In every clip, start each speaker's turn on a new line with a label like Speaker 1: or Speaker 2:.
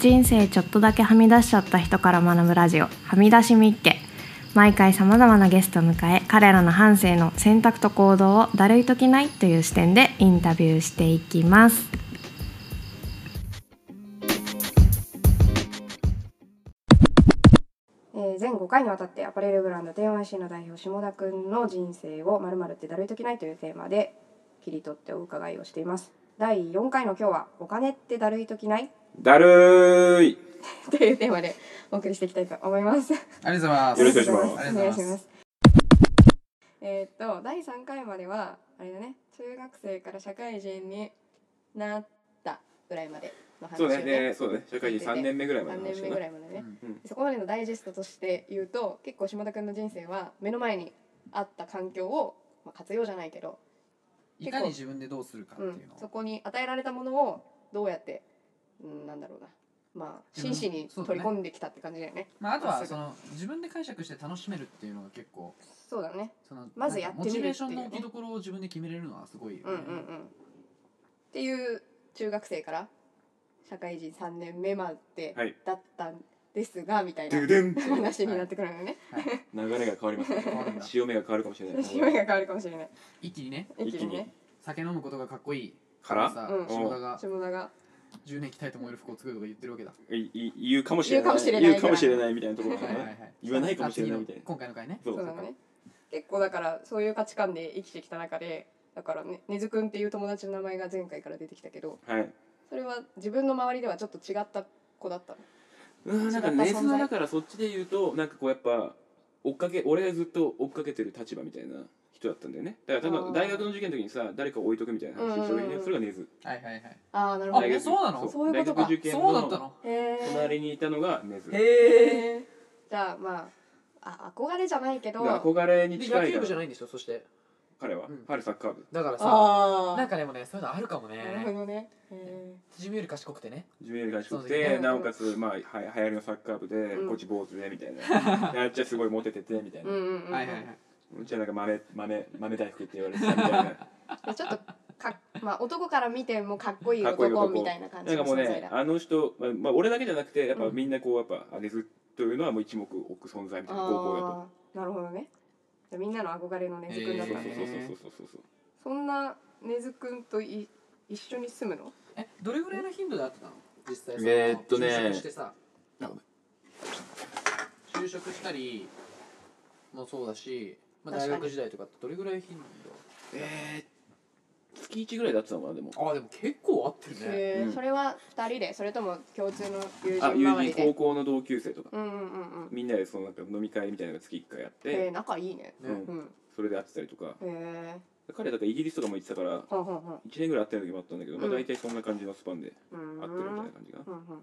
Speaker 1: 人生ちょっとだけはみ出しちゃった人から学ぶラジオはみ出しみっけ毎回さまざまなゲストを迎え彼らの半生の選択と行動をだるいときないという視点でインタビューしていきます
Speaker 2: えー全5回にわたってアパレルブランド T1C の代表下田くんの人生をまるってだるいときないというテーマで切り取ってお伺いをしています第4回の今日はお金ってだるいときない
Speaker 3: だるーい
Speaker 2: というテーマでお送りしていきたいと思います
Speaker 4: ありがとうございます。
Speaker 3: よろしくお願いし
Speaker 4: あ
Speaker 3: ま
Speaker 2: お
Speaker 4: りがとう
Speaker 2: 願
Speaker 4: ご
Speaker 2: いし
Speaker 4: ざい
Speaker 2: ま
Speaker 4: ます。
Speaker 2: すえーっと第3回まではあれだね中学生から社会人になったぐらいまでの話
Speaker 3: そ
Speaker 2: を
Speaker 3: うねでそうね社会人3年目ぐらいまで
Speaker 2: 3
Speaker 3: の話
Speaker 2: 年目ぐらいまでね、
Speaker 3: うん
Speaker 2: そこまでのダイジェストとして言うと結構下田君の人生は目の前にあった環境を、まあ、活用じゃないけど、
Speaker 4: いかに自分でどうするかって
Speaker 2: う
Speaker 4: いうんの。、
Speaker 2: そこに与えられたものをどうやって、うん、なんだろうなまあ
Speaker 4: 自分
Speaker 2: 真摯に
Speaker 4: そうだ
Speaker 2: 取
Speaker 4: ね
Speaker 2: り込んできたって感じだよね。
Speaker 4: まああと
Speaker 2: まっ
Speaker 4: は
Speaker 2: すぐ
Speaker 4: その自分で解釈して楽しめるっていうのが結構
Speaker 2: そうだね
Speaker 4: その
Speaker 2: まずやってみるっていうね
Speaker 4: なんかモチベーションの置きどころを自分で決めれるのはすごいよ
Speaker 2: うん
Speaker 4: ね
Speaker 2: うんうん。っていう中学生から社会人3年目まで
Speaker 3: はい
Speaker 2: だったんですが、みたい
Speaker 3: ドゥ
Speaker 2: な
Speaker 3: ドゥンって
Speaker 2: 話になってくるのよね。
Speaker 3: 流れが変わりますね
Speaker 4: 変わるんだ
Speaker 3: 潮目が変わるかもし れない
Speaker 2: 潮目が変わるかもしれない。
Speaker 4: 一気にね
Speaker 2: 一気にね。
Speaker 4: 酒飲むことがかっこいい
Speaker 3: から
Speaker 4: さ
Speaker 2: うん
Speaker 4: 下田が
Speaker 2: 下田が
Speaker 4: 10年着たいと思える服を作るとか言ってるわけだ。
Speaker 3: いい言うかもしれ
Speaker 2: 言うか
Speaker 3: な
Speaker 2: も
Speaker 3: い
Speaker 2: しれない
Speaker 3: 言うかもしれないみたいなところ
Speaker 4: は
Speaker 3: が
Speaker 4: いはいは
Speaker 3: ね
Speaker 4: い。
Speaker 3: 言わないかもしれないみたい
Speaker 4: あ
Speaker 3: な
Speaker 4: 次の今回の回ね。
Speaker 3: そう
Speaker 2: そうだ
Speaker 3: そう
Speaker 2: ね結構だからそういう価値観で生きてきた中でだからね根津くんっていう友達の名前が前回から出てきたけど
Speaker 3: はい
Speaker 2: それは自分の周りではちょっと違った子だったの
Speaker 3: うんなんか
Speaker 2: 違った存在
Speaker 3: 根津はだからそっちで言うとなんかこうやっぱ追っかけ俺がずっと追っかけてる立場みたいな人だったんだよねだから例え
Speaker 2: あー
Speaker 3: ば大学の受験の時にさ誰か置いとくみたいな話する
Speaker 2: うんうん
Speaker 3: ね
Speaker 2: うん
Speaker 3: それが根津
Speaker 4: はいはいはい。
Speaker 2: ああなるほ
Speaker 4: あ
Speaker 2: ど
Speaker 3: 大学
Speaker 4: そうなの
Speaker 2: そういうことか
Speaker 3: 大学受験
Speaker 4: そうだった
Speaker 3: の
Speaker 4: の。
Speaker 2: へえ
Speaker 3: 隣にいたのが根津
Speaker 4: へえ。
Speaker 2: じゃあまああ憧れじゃないけどあ
Speaker 3: 憧れに
Speaker 4: で
Speaker 3: 近
Speaker 4: 野
Speaker 3: い
Speaker 4: 球
Speaker 3: か
Speaker 4: 部じゃ
Speaker 3: ら
Speaker 4: ないんでしょそして
Speaker 3: 彼は
Speaker 4: うん
Speaker 3: 彼サッカー部
Speaker 4: だからさ
Speaker 2: あ
Speaker 4: なんかでもねそういうのあるかも
Speaker 2: なるほ
Speaker 4: ね。
Speaker 2: どねへ
Speaker 4: 自分より賢くてね。
Speaker 3: 自分より賢く
Speaker 4: そう
Speaker 2: だ
Speaker 3: て、
Speaker 2: よね
Speaker 3: なおかつ、まあ、は流行りのサッカー部で、
Speaker 2: うん
Speaker 3: こっち坊主でみたいなであっちはすごいモテててみたい
Speaker 2: え
Speaker 3: な、
Speaker 2: う
Speaker 3: うん
Speaker 2: うんうん
Speaker 4: はいはいはい。
Speaker 3: ちはなんか豆豆豆大福って言われてたみたいな
Speaker 2: でちょっとかまあ男から見てもかっこいい
Speaker 3: かっこいい
Speaker 2: 男
Speaker 3: 男
Speaker 2: みたいな感
Speaker 3: な
Speaker 2: じ
Speaker 3: んか
Speaker 2: の
Speaker 3: も
Speaker 2: 存
Speaker 3: う
Speaker 2: 在
Speaker 3: ね
Speaker 2: だ
Speaker 3: あの人、まあまあ、俺だけじゃなくてやっぱ
Speaker 2: うん
Speaker 3: みんなこうやっぱあげずというのはもう一目置く存在みたいな高校だと
Speaker 2: ああーなるほどねじゃあみんなの憧れの根津くんだ
Speaker 3: そ
Speaker 2: っ
Speaker 3: う
Speaker 2: た
Speaker 3: そ
Speaker 2: んだ
Speaker 3: う
Speaker 2: ね
Speaker 4: へー
Speaker 3: そうそうそうそう
Speaker 2: そんな根津くんとい一緒に住むの
Speaker 4: えどれぐらいの頻度で会ってたの実際その
Speaker 3: えーっとね
Speaker 4: 就職してさ
Speaker 3: なんか
Speaker 4: 就職したりもそうだし、まあ、
Speaker 2: 確
Speaker 4: 大
Speaker 2: かに
Speaker 4: 学時代とかってどれぐらい頻度
Speaker 3: えー、月1ぐらいだったのかなでも
Speaker 4: ああでも結構会ってるね
Speaker 2: へー
Speaker 3: うん
Speaker 2: それは二人でそれとも共通の友人
Speaker 3: あ友
Speaker 2: 周り
Speaker 3: 人
Speaker 2: で
Speaker 3: 高校の同級生とか
Speaker 2: うんうんうんうん
Speaker 3: みんなでそのなんか飲み会みたいなのが月1回やっ
Speaker 2: えー、
Speaker 3: て、
Speaker 2: 仲いいね
Speaker 4: ね
Speaker 3: う、
Speaker 2: うんん
Speaker 3: それで会ってたりとか
Speaker 2: へえ
Speaker 3: 彼だからイギリスとかも行ってたから
Speaker 2: ほんほんほん
Speaker 3: 1年ぐらい会ってる時もあったんだけど、ま
Speaker 2: う
Speaker 3: あ、
Speaker 2: ん
Speaker 3: 大体そんな感じのスパンで
Speaker 2: うー
Speaker 3: 合
Speaker 2: ん
Speaker 3: ってるみたいな感じかな、
Speaker 2: うんうんうんうん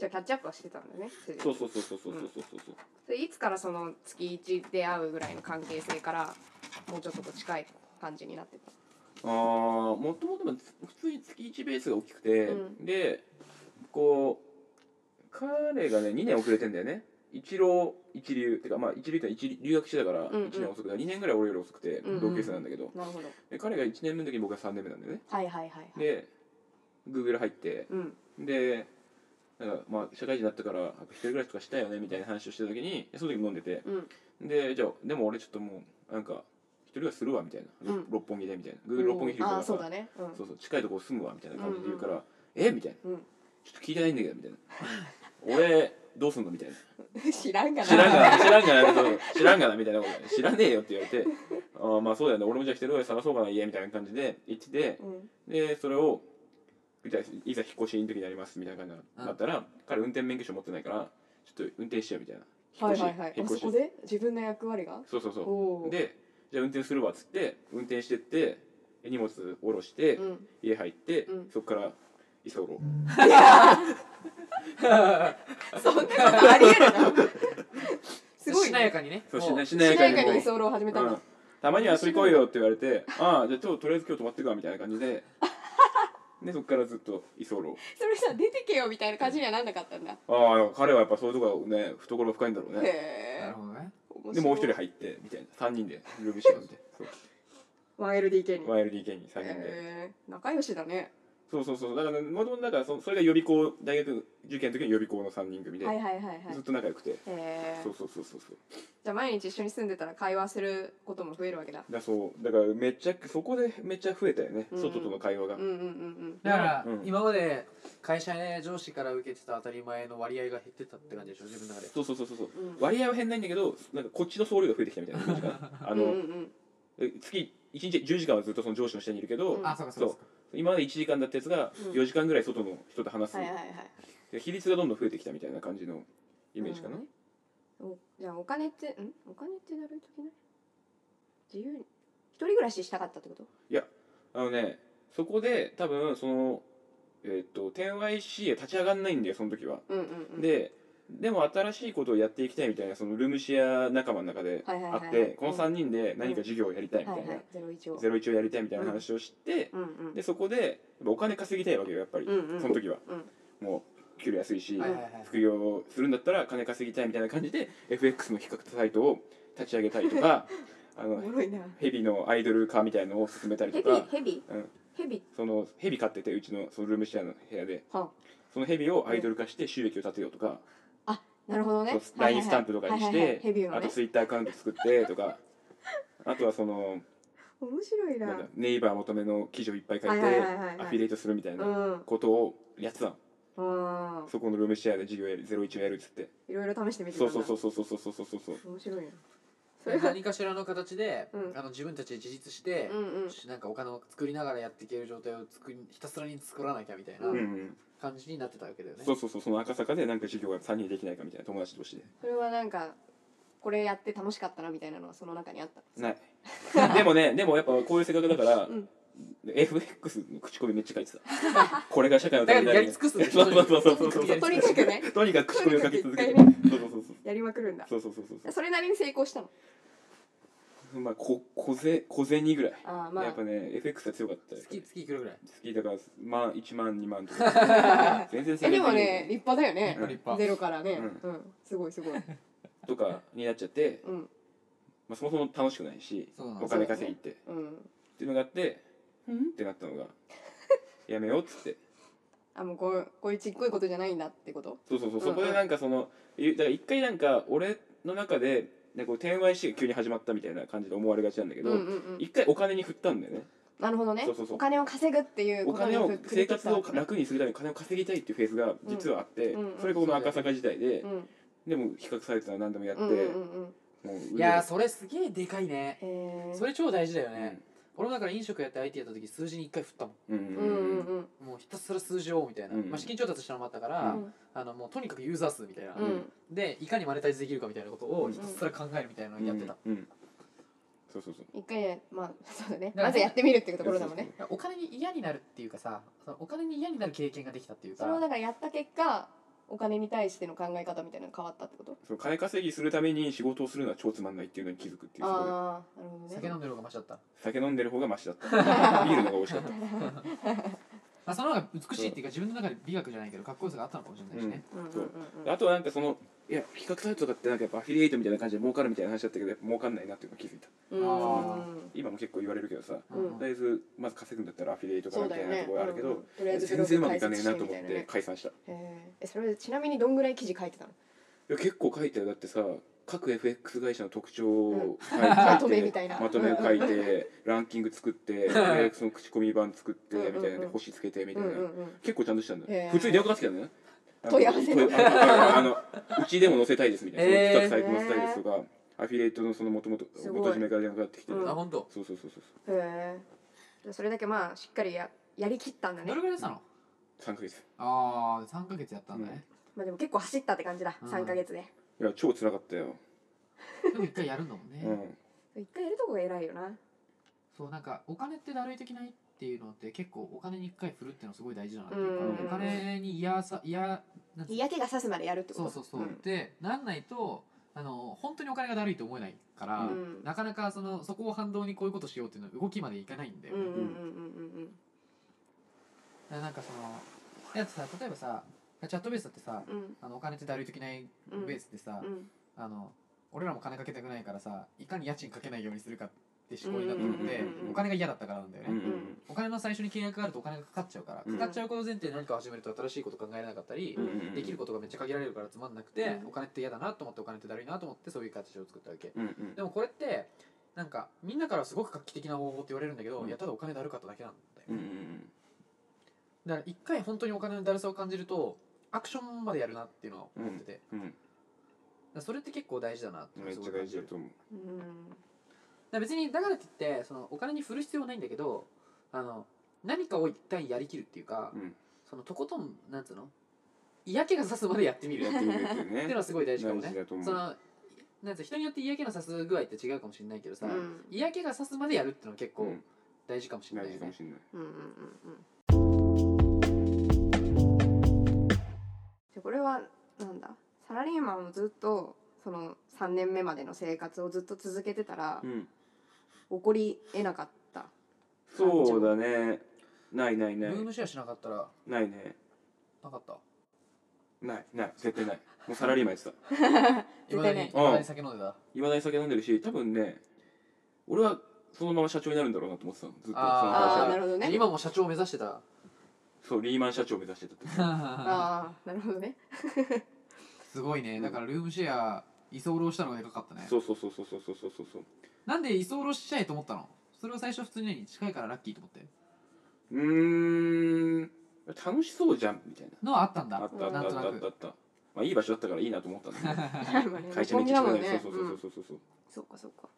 Speaker 2: じゃあキャッチアップはしてたんだねそれで
Speaker 3: そうそうそうそうそうそうそうそう
Speaker 2: それいつからその月一で会うぐらいの関係性からもうちょっとこう近い感じになってた
Speaker 3: ああもともと普通に月1ベースが大きくて、
Speaker 2: う
Speaker 3: でこう彼がね2年遅れてんだよね一浪一流ってかまあ一流ってのは一留学してたから
Speaker 2: んうん
Speaker 3: 1年遅くて、2年ぐらい俺より遅くて
Speaker 2: うんうん
Speaker 3: 同級生なんだけど、
Speaker 2: なるほど
Speaker 3: で彼が1年目の時に僕が3年目なんだよね
Speaker 2: はいはいはいはい
Speaker 3: でグーグル入って
Speaker 2: うん
Speaker 3: でなんかまあ社会人になったから一人暮らしとかしたいよねみたいな話をしてた時にその時飲んでて、
Speaker 2: うん
Speaker 3: でじゃあでも俺ちょっともうなんか一人はするわみたいな、
Speaker 2: うん
Speaker 3: 六本木でみたいなグーグル六本木広
Speaker 2: あ
Speaker 3: い
Speaker 2: あ
Speaker 3: か
Speaker 2: そう
Speaker 3: ら
Speaker 2: だねうん
Speaker 3: そうそう近いとこ住むわみたいな感じで言うから「
Speaker 2: うん
Speaker 3: えみたいな
Speaker 2: う
Speaker 3: 「ちょっと聞いてないんだけど」みたいな「俺どうすんの?」みたいな「
Speaker 2: ん 知らんかな
Speaker 3: 知らん がな知らんがな」そう知らんがなみたいなことで「知らねえよ」って言われて「ああまあそうだよね俺もじゃあ一人暮らし探そうかな家」みたいな感じで行ってて
Speaker 2: うん
Speaker 3: でそれをじゃあいざ引っ越しの時になりますみたいな感じ
Speaker 4: うん
Speaker 3: になったら、彼運転免許証持ってないからちょっと運転してよみたいな
Speaker 2: はいはいはい
Speaker 3: 引っ
Speaker 2: あ
Speaker 3: 越
Speaker 2: そ
Speaker 3: し
Speaker 2: こで自分の役割が
Speaker 3: そうそうそう
Speaker 2: おお
Speaker 3: でじゃあ運転するわっつって運転してって荷物下ろして、
Speaker 2: うん
Speaker 3: 家入って、
Speaker 2: うん
Speaker 3: そこから居候
Speaker 2: そんなことありえ るなすごい
Speaker 4: し
Speaker 2: ね
Speaker 4: なやかにね
Speaker 3: そう
Speaker 4: も
Speaker 3: しなしな
Speaker 2: し
Speaker 3: や
Speaker 2: な
Speaker 3: か
Speaker 2: やかに居
Speaker 3: にこ
Speaker 2: 候を始め
Speaker 3: う
Speaker 2: たん
Speaker 3: う
Speaker 2: だ
Speaker 3: ん、たまには遊び来いよって言わ れて「ああじゃあ今日とりあえず今日泊まってくわ」みたいな感じででそこからずっと居候
Speaker 2: それさ出てけよみたいな感じにはなんなかったんだ
Speaker 3: ああ彼はやっぱそういうとこがね懐が深いんだろうね
Speaker 4: なる
Speaker 2: へ
Speaker 4: ほどね
Speaker 2: え
Speaker 3: でもう一人入ってみたいな3人でルームシェアして
Speaker 2: 1LDK に
Speaker 3: 1LDK に3人で、
Speaker 2: へえ仲良しだね
Speaker 3: そうそうそうだからもともとだからそそれが予備校大学受験の時の予備校の3人組で、
Speaker 2: はいはいはいはい
Speaker 3: ずっと仲良くて、
Speaker 2: えー
Speaker 3: そうそうそうそうそう
Speaker 2: じゃあ毎日一緒に住んでたら会話することも増えるわけだ
Speaker 3: だそうだからめっちゃそこでめっちゃ増えたよね、
Speaker 2: うん
Speaker 3: 外との会話が、
Speaker 2: うんうんうんうん
Speaker 4: だから、
Speaker 3: うん
Speaker 4: 今まで会社や上司から受けてた当たり前の割合が減ってたって感じでしょ自分の中で
Speaker 3: そうそうそうそうそう
Speaker 2: うん
Speaker 3: 割合は変ないんだけどなんかこっちの総量が増えてきたみたいな感じかなあの、
Speaker 2: うんうん
Speaker 3: え月1日10時間はずっとその上司の下にいるけど、
Speaker 2: うん
Speaker 4: あそうかそうか
Speaker 3: 今まで1時間だったやつが
Speaker 2: うん
Speaker 3: 4時間ぐらい外の人と話す、
Speaker 2: はいはいはい
Speaker 3: で比率がどんどん増えてきたみたいな感じのイメージかな、
Speaker 2: うんおじゃあお金ってんお金ってだるいときない自由に一人暮らししたかったってこと
Speaker 3: あのねそこで多分そのえっと天 YC へ立ち上がんないんだよその時は、
Speaker 2: うんうんうん
Speaker 3: ででも新しいことをやっていきたいみたいなそのルームシェア仲間の中であ
Speaker 2: はい
Speaker 3: って、
Speaker 2: はいはい
Speaker 3: この3人で何か授業をやりたいみたい
Speaker 2: は
Speaker 3: な、
Speaker 2: いはいゼロ一を
Speaker 3: ゼロイチをやりたいみたいな話をして、
Speaker 2: うんうん
Speaker 3: でそこでやっぱお金稼ぎたいわけよやっぱり、
Speaker 2: うんうん
Speaker 3: その時は、
Speaker 2: う
Speaker 3: もう給料安いし、
Speaker 4: はいはいはい
Speaker 3: 副業するんだったら金稼ぎたいみたいな感じで FX の比較サイトを立ち上げたりと かあ
Speaker 2: お
Speaker 3: の
Speaker 2: もろいな
Speaker 3: ヘビのアイドル化みたいのを進めたり
Speaker 2: ヘ
Speaker 3: と
Speaker 2: ビ
Speaker 3: か
Speaker 2: ヘビ
Speaker 3: うん
Speaker 2: ヘビ
Speaker 3: そのヘビ飼っててうちのそのルームシェアの部屋で
Speaker 2: は
Speaker 3: そのヘビをアイドル化して収益を立てようとか、
Speaker 2: なるほどね
Speaker 3: そう LINE スタンプとかにし
Speaker 2: はいはいはい
Speaker 3: て
Speaker 2: ヘビの
Speaker 3: あと
Speaker 2: ね
Speaker 3: Twitter アカウント作ってとかあとはその
Speaker 2: 面白いな
Speaker 3: なんだネイバー求めの記事をいっぱい書い
Speaker 2: は
Speaker 3: て
Speaker 2: いはいはいはい
Speaker 3: アフィリエイトするみたいな
Speaker 2: うん
Speaker 3: ことをやってたの
Speaker 2: あ
Speaker 3: そこのルームシェアで授業やる01をやるっつって
Speaker 2: ーいろいろ試してみて
Speaker 3: そうそうそううそうそうそうそうそうそう
Speaker 2: 面白いなそれは
Speaker 4: 何かしらの形で、
Speaker 2: うん
Speaker 4: あの自分たちで自立して、
Speaker 2: うんうん
Speaker 4: なんかお金を作りながらやっていける状態を作りひたすらに作らなきゃみたいな
Speaker 2: う
Speaker 3: うんん
Speaker 4: 感じになってたわけだよね、
Speaker 3: そうそうそうその赤坂でなんか授業が3人できないかみたいな友達同士で
Speaker 2: それはなんかこれやって楽しかったなみたいなのはその中にあった
Speaker 3: ないでもねでもやっぱこういう性格だから、
Speaker 2: うん
Speaker 3: FX の口コミめっちゃ書いてたこれが社会の
Speaker 4: だ
Speaker 3: た
Speaker 4: か
Speaker 3: めに
Speaker 4: ら
Speaker 3: なる
Speaker 4: やり尽くすんでし
Speaker 3: そ
Speaker 4: ょ
Speaker 3: うそうそうそうそうそう
Speaker 4: やり尽
Speaker 2: と
Speaker 4: く
Speaker 2: に
Speaker 4: す
Speaker 2: かくね
Speaker 3: とにかく口コミを書き続けて
Speaker 2: とに
Speaker 3: そうそうそうそう
Speaker 2: やりまくるんだ
Speaker 3: そうそうそうそう
Speaker 2: それなりに成功したの
Speaker 3: そうまあこ小銭小銭ぐらい、
Speaker 2: ああま
Speaker 3: やっぱね FX が強かったよ
Speaker 4: 月月いくらぐらい
Speaker 3: 好きだからまあ1万2万とか
Speaker 2: あ
Speaker 3: 全然
Speaker 2: え
Speaker 3: 制
Speaker 2: で
Speaker 3: 限でき
Speaker 2: も
Speaker 3: ない
Speaker 2: ね立派だよね
Speaker 4: 立派
Speaker 2: ゼロからね
Speaker 3: う
Speaker 2: うんすごいすごい
Speaker 3: とかになっちゃって、
Speaker 2: うん
Speaker 3: まあ、そもそも楽しくないし
Speaker 4: そうなん
Speaker 3: お
Speaker 4: です
Speaker 3: 金稼ぎって、
Speaker 2: うん
Speaker 3: っていうのがあってうんってなったのが やめようっつって
Speaker 2: あもうこうこういうちっこいことじゃないんだってこと
Speaker 3: そうそうそ
Speaker 2: う
Speaker 3: う
Speaker 2: んう
Speaker 3: そ
Speaker 2: ん
Speaker 3: こでなんかそのいだから一回なんか俺の中でなんかこう 10YC が急に始まったみたいな感じで思われがちなんだけ
Speaker 2: うん
Speaker 3: ど、
Speaker 2: うんうん
Speaker 3: 一回お金に振ったんだよね
Speaker 2: なるほどね
Speaker 3: そうそうそう
Speaker 2: お金を稼ぐっていう
Speaker 3: お
Speaker 2: ことに
Speaker 3: 金を
Speaker 2: 振り
Speaker 3: 生
Speaker 2: 切った
Speaker 3: 活を楽にするために金を稼ぎたいっていうフェーズが実はあって、
Speaker 2: うんうんうん
Speaker 3: それがこの赤坂時代で、
Speaker 2: うん
Speaker 3: でも比較されてたら何でもやって、
Speaker 2: うんうんうんうん
Speaker 3: もう
Speaker 4: いやーそれすげえでかいね
Speaker 2: へえ
Speaker 4: それ超大事だよ
Speaker 3: うん
Speaker 4: ね、俺もだから飲食やって IT やった時数字に一回振ったも
Speaker 3: うん
Speaker 2: う
Speaker 3: うん
Speaker 2: う
Speaker 3: ん
Speaker 2: ん
Speaker 3: う
Speaker 2: う
Speaker 3: ん
Speaker 2: ん
Speaker 4: んもうひたすら数字をみたいな、
Speaker 3: うん
Speaker 4: まあ、資金調達したのもあったから、
Speaker 2: うん
Speaker 4: あのもうとにかくユーザー数みたいな、
Speaker 2: うん
Speaker 4: でいかにマネタイズできるかみたいなことをひたすら考えるみたいなのをやってた、
Speaker 3: うんうんそうそうそう
Speaker 2: 一回ねまあそうだね
Speaker 4: だから
Speaker 2: まずやってみるっていうところだもんね
Speaker 4: お金に嫌になるっていうかさそのお金に嫌になる経験ができたっていうか
Speaker 2: それをだからやった結果お金に対しての考え方みたいなのが変わったってこと
Speaker 3: そう金稼ぎするために仕事をするのは超つまんないっていうのに気づくっていうそこで
Speaker 2: ああなるほどね
Speaker 4: 酒飲んでる方がマシだった、ま
Speaker 3: 酒飲んでる方がマシだった ビールの方が美味しかった
Speaker 4: あ、その方が美しいっていうか自分の中で美学じゃないけどかっこよさがあったのかもしれないしね、
Speaker 2: うんうん
Speaker 3: そう
Speaker 2: うんうん
Speaker 3: あとはなんかそのいや比較サイトとかってなんかやっぱアフィリエイトみたいな感じで儲かるみたいな話だったけどやっぱ儲かんないなっていうのを気づいた
Speaker 2: うーん
Speaker 3: 今も結構言われるけどさと
Speaker 2: うん
Speaker 3: りあえずまず稼ぐんだったらアフィリエイトか
Speaker 2: そ
Speaker 3: ら
Speaker 2: う
Speaker 3: みた
Speaker 2: だ
Speaker 3: い
Speaker 2: よね
Speaker 3: なところあるけ
Speaker 2: うんうん
Speaker 3: ど
Speaker 2: とりあえずブロ
Speaker 3: 全
Speaker 2: グ
Speaker 3: 然うまくいか
Speaker 2: 解
Speaker 3: ねえ
Speaker 2: 説
Speaker 3: な
Speaker 2: して
Speaker 3: と
Speaker 2: みた
Speaker 3: 思っ
Speaker 2: いなね
Speaker 3: て解散したい
Speaker 2: へーえそれちなみにどんぐらい記事書いてたの
Speaker 3: や結構書いてだってさ各 FX 会社の特徴を書いて
Speaker 2: まとめみたいな
Speaker 3: まとめを書いてランキング作ってでその口コミ版作って
Speaker 2: うんうんうん
Speaker 3: みたいなんで星つけてみた
Speaker 2: う
Speaker 3: い
Speaker 2: ん
Speaker 3: な
Speaker 2: うんうん
Speaker 3: 結構ちゃんとしたんだ
Speaker 2: へ
Speaker 3: よ
Speaker 2: ー
Speaker 3: 普通に電話かかってきたんだよね
Speaker 2: 問い合わせの
Speaker 3: 問いああのうちでも載せたいですみたいな、
Speaker 4: へー
Speaker 3: 企画サイト載せたいですとかアフィリエイトのそのもともと
Speaker 2: すごい
Speaker 3: 元締めから電話かかってきて、
Speaker 2: うん
Speaker 4: あ本当。
Speaker 3: そうそうそうそう
Speaker 2: へえそれだけまあしっかりややりきったんだね
Speaker 4: どれぐらいしたの
Speaker 3: 3ヶ月
Speaker 4: ああ3ヶ月やったんだね、
Speaker 2: まあでも結構走ったって感じだ
Speaker 4: うん
Speaker 2: 3ヶ月で
Speaker 3: いや超辛かったよ、
Speaker 4: でも一回やるんだもんね、
Speaker 3: うん、
Speaker 2: 一回やるとこが偉いよな
Speaker 4: そうなんかお金ってだるいときないっていうのって結構お金に一回振るっていうのはすごい大事だなっていうか、
Speaker 3: うん
Speaker 4: お金に嫌さ嫌なんつうの
Speaker 2: 嫌気がさすまでやるってこ
Speaker 4: そ
Speaker 2: と
Speaker 4: うそうそう、
Speaker 2: ん
Speaker 4: でなんないとあの本当にお金がだるいと思えないから、
Speaker 2: うん
Speaker 4: なかなかそのそこを反動にこういうことしようっていうのは動きまでいかないんだよ
Speaker 2: うん
Speaker 4: ね、
Speaker 2: うん
Speaker 4: だ
Speaker 2: うんうん
Speaker 4: からなんかそのだってさ例えばさチャットベースだってさ
Speaker 2: うんうん
Speaker 4: あのお金ってだるいときない
Speaker 2: うん
Speaker 4: ベースってさ、
Speaker 2: うん
Speaker 4: あの俺らも金かけたくないからさいかに家賃かけないようにするかって思考になったので、
Speaker 3: うんうんうんうん
Speaker 4: お金が嫌だったからなんだよね、
Speaker 3: うんうんうん
Speaker 4: お金の最初に契約があるとお金がかかっちゃうから、
Speaker 3: うん
Speaker 4: かかっちゃうこと前提で何か始めると新しいこと考えられなかったり、
Speaker 3: うんうんうん
Speaker 4: できることがめっちゃ限られるからつまんなくて、
Speaker 2: うん
Speaker 4: お金って嫌だなと思ってお金ってだるいなと思ってそういう形を作ったわけ、
Speaker 3: うんうん
Speaker 4: でもこれってなんかみんなからすごく画期的な方法って言われるんだけど、
Speaker 3: うん
Speaker 4: いやただお金だるかっただけなんだよ、
Speaker 3: うんうん
Speaker 4: だから一回本当にお金のだるさを感じるとアクションまでやるなっていうのは思ってて、だか
Speaker 3: うん
Speaker 4: らそれって結構大事だなっていう
Speaker 3: うん
Speaker 4: のは
Speaker 3: めっ
Speaker 4: す
Speaker 3: ちゃ
Speaker 4: ご
Speaker 3: 大事
Speaker 4: い感じる
Speaker 3: だと思う
Speaker 2: うん
Speaker 4: だから別にだからって言ってそのお金に振る必要はないんだけどあの何かを一旦やりきるっていうか、
Speaker 3: うん
Speaker 4: そのとことんなんつうの嫌気がさすまでやってみる
Speaker 3: や
Speaker 4: っ
Speaker 3: っててみるっていう
Speaker 4: い
Speaker 3: ね
Speaker 4: うのはすごい大事かも
Speaker 3: 大事
Speaker 4: ね
Speaker 3: だと思
Speaker 4: そうのなんつう人によって嫌気のさす具合って違うかもしれないけどさ、
Speaker 2: うん
Speaker 4: 嫌気がさすまでやるっていうのは結
Speaker 3: う
Speaker 4: 構
Speaker 3: ん
Speaker 4: 大事かもしれな
Speaker 3: 大
Speaker 4: い
Speaker 3: 事
Speaker 4: よ
Speaker 3: か
Speaker 4: ね
Speaker 3: も、しれない
Speaker 2: うんうんうんうんじゃあこれはなんだサラリーマンをずっとその3年目までの生活をずっと続けてたら、
Speaker 3: うん
Speaker 2: 起こりえなかった
Speaker 3: そうだねないないない
Speaker 4: ルームシェアしなかったら
Speaker 3: ないね
Speaker 4: なかった
Speaker 3: ないない絶対ないもうサラリーマンやってた
Speaker 4: いま
Speaker 2: 絶
Speaker 4: だ
Speaker 2: 対
Speaker 4: に
Speaker 2: ね
Speaker 4: いまだに酒飲んでた
Speaker 3: いまだに酒飲んでるし多分ね俺はそのまま社長になるんだろうなと思ってたのずっとその
Speaker 2: あー
Speaker 3: 会
Speaker 2: な
Speaker 3: 社
Speaker 2: るほどね
Speaker 4: 今も社長を目指してた
Speaker 3: そうリーマン社長を目指してたって
Speaker 2: ああなるほどね
Speaker 4: すごいねだからルームシェア居候したのがでかかったね
Speaker 3: そうそうそうそうそうそうそうそうそう
Speaker 4: なんで居候したいと思ったのそれは最初普通に何近いからラッキーと思って
Speaker 3: うーん楽しそうじゃんみたいな
Speaker 4: のはあったんだ
Speaker 3: あったあった
Speaker 4: な
Speaker 3: あ
Speaker 4: ん
Speaker 3: っ
Speaker 4: と
Speaker 3: た
Speaker 4: な
Speaker 3: あったあ
Speaker 4: く
Speaker 3: ったまあいい場所だったからいいなと思ったんだ けど会社
Speaker 2: め
Speaker 3: に
Speaker 2: っちゃ
Speaker 3: 行きた
Speaker 2: も
Speaker 3: く
Speaker 2: ん
Speaker 3: ない
Speaker 2: ね
Speaker 3: そうそううんそうそうそう
Speaker 2: そうかそうかま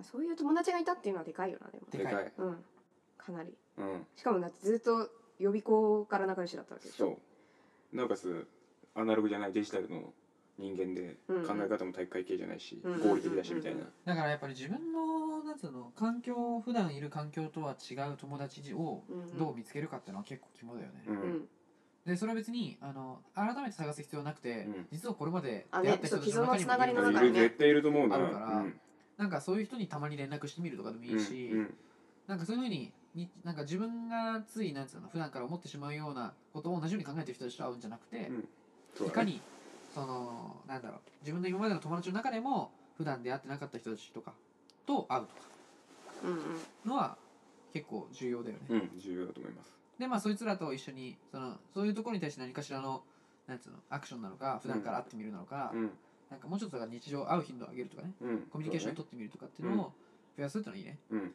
Speaker 2: あそういう友達がいたっていうのはでかいよなでも
Speaker 3: そう
Speaker 4: で
Speaker 3: で
Speaker 4: かい
Speaker 3: かい
Speaker 2: うんかなり
Speaker 3: うん
Speaker 2: しかもだってずっと予備校から仲良しだったわけでしょ
Speaker 3: そうなおかつアナログじゃないデジタルの人間で
Speaker 2: うんうん
Speaker 3: 考え方も体育会系じゃないし
Speaker 2: うんうん
Speaker 3: 合理的だしみたいな
Speaker 4: だからやっぱり自分のなんつうの環境普段いる環境とは違う友達を
Speaker 2: うん
Speaker 4: どう見つけるかっていうのは結構肝だよね、
Speaker 3: うん
Speaker 2: うん
Speaker 4: でそれは別にあの改めて探す必要はなくて、
Speaker 3: うん
Speaker 4: 実はこれまで
Speaker 2: あ
Speaker 4: 出会
Speaker 2: ね
Speaker 4: った人たちの中
Speaker 2: そう既存
Speaker 4: にも
Speaker 2: のつながり
Speaker 4: い
Speaker 2: の
Speaker 4: る
Speaker 2: 中に
Speaker 3: いる絶対いると思うな
Speaker 4: あるから
Speaker 3: うん
Speaker 4: なんかそういう人にたまに連絡してみるとかでもいいし、
Speaker 3: うんうん
Speaker 4: なんかそういうふうにになんか自分がついなんつうの普段から思ってしまうようなことを同じように考えてる人たちと会うんじゃなくて、
Speaker 3: うんそう
Speaker 4: い
Speaker 3: だ
Speaker 4: か
Speaker 3: ね
Speaker 4: にそのなんだろう自分の今までの友達の中でも普段出会ってなかった人たちとかと会うとか
Speaker 2: うんうん
Speaker 4: のは結構重要だよね、
Speaker 3: うん重要だと思います
Speaker 4: でまあそいつらと一緒にそのそういうところに対して何かしらのなんつうのアクションなのか普段から会ってみるなのか、
Speaker 3: うん
Speaker 4: なんかもうちょっとだから日常会う頻度を上げるとかね
Speaker 3: うん
Speaker 4: コミュニケーション取ってみるとかっていうのを増やすっていうのはいいね
Speaker 3: そうだね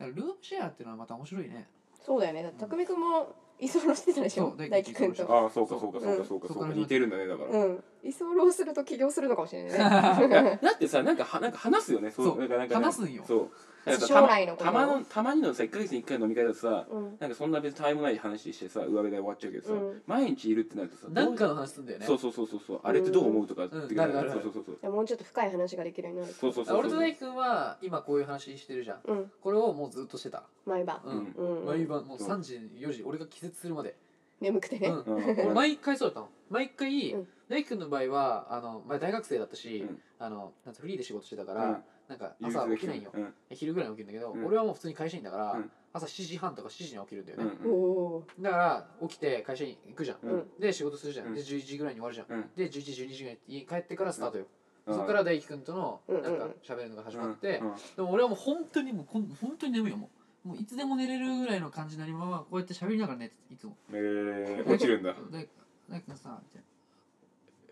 Speaker 4: だからルームシェアっていうのはまた面白いね
Speaker 2: そうだよねだって匠君も居候してたでしょ
Speaker 4: そう大
Speaker 2: 大
Speaker 4: 輝
Speaker 2: 輝
Speaker 4: 君
Speaker 2: 君と
Speaker 3: う
Speaker 4: 居候して
Speaker 3: んああそうかそうかそうかそうか
Speaker 4: そ
Speaker 3: そうう
Speaker 4: そこ
Speaker 3: か
Speaker 4: から
Speaker 3: 似てるんだねだから
Speaker 2: うん居候すると起業するのかもしれない ね
Speaker 3: いや だってさなんかはなんか話すよねそう
Speaker 4: そう
Speaker 3: なんかなんか
Speaker 4: 話すんよ
Speaker 3: そうなんかさ
Speaker 2: 将来のこと
Speaker 3: たまのたまにのさ1か月に1回の飲み会だとさ
Speaker 2: うん
Speaker 3: なんかそんな別にたわいもない話してさ上辺で終わっちゃうけどさ、
Speaker 2: うん
Speaker 3: 毎日いるってなるとさ
Speaker 4: なんか
Speaker 3: ど
Speaker 4: の話すんだよ
Speaker 3: う
Speaker 4: ね
Speaker 3: そうそうそうそうそうあれってどう思うとかって
Speaker 4: うん
Speaker 3: くらい
Speaker 4: なるなるなる
Speaker 3: そうそうそう
Speaker 2: でももうちょっと深い話ができるようになる
Speaker 3: そうそうそうそう
Speaker 4: 俺と大輝くんは今こういう話してるじゃん
Speaker 2: うん
Speaker 4: これをもうずっとしてた
Speaker 2: 毎晩
Speaker 4: うん、
Speaker 2: うん
Speaker 4: 毎晩もう3時4時俺が気絶するまで、
Speaker 2: 眠くて
Speaker 4: う
Speaker 2: ね
Speaker 4: ん、
Speaker 3: うん
Speaker 4: 俺毎回そうだったの毎回、
Speaker 2: うん
Speaker 4: 大輝くんの場合はあの、まあ、大学生だったし、
Speaker 3: うん
Speaker 4: あのなんてフリーで仕事してたか
Speaker 3: だ
Speaker 4: ら、なんか朝起きないんよ、
Speaker 3: うん
Speaker 4: 昼ぐらいに起きるんだけど、
Speaker 3: うん
Speaker 4: 俺はもう普通に会社員だから、
Speaker 3: うん
Speaker 4: 朝7時半とか7時に起きるんだよ
Speaker 3: う
Speaker 4: ね、
Speaker 2: お
Speaker 3: ん
Speaker 2: お
Speaker 4: だから起きて会社に行くじゃん、
Speaker 3: うん
Speaker 2: うん
Speaker 4: で仕事するじゃん、
Speaker 3: うん
Speaker 4: で11時ぐらいに終わるじゃん、
Speaker 3: うん
Speaker 4: で11時12時ぐらいに家に帰ってからスタートよ、
Speaker 3: うん
Speaker 4: そこから大輝くんとの
Speaker 2: うん
Speaker 4: な
Speaker 2: うんん
Speaker 4: か喋るのが始まって、
Speaker 3: うんうん
Speaker 4: でも俺はもう本当にもうこん本当に眠いよもうもういつでも寝れるぐらいの感じになりままこうやって喋りながら寝ていつも
Speaker 3: えー、落ちるん だ
Speaker 4: 大大輝くんさみたいな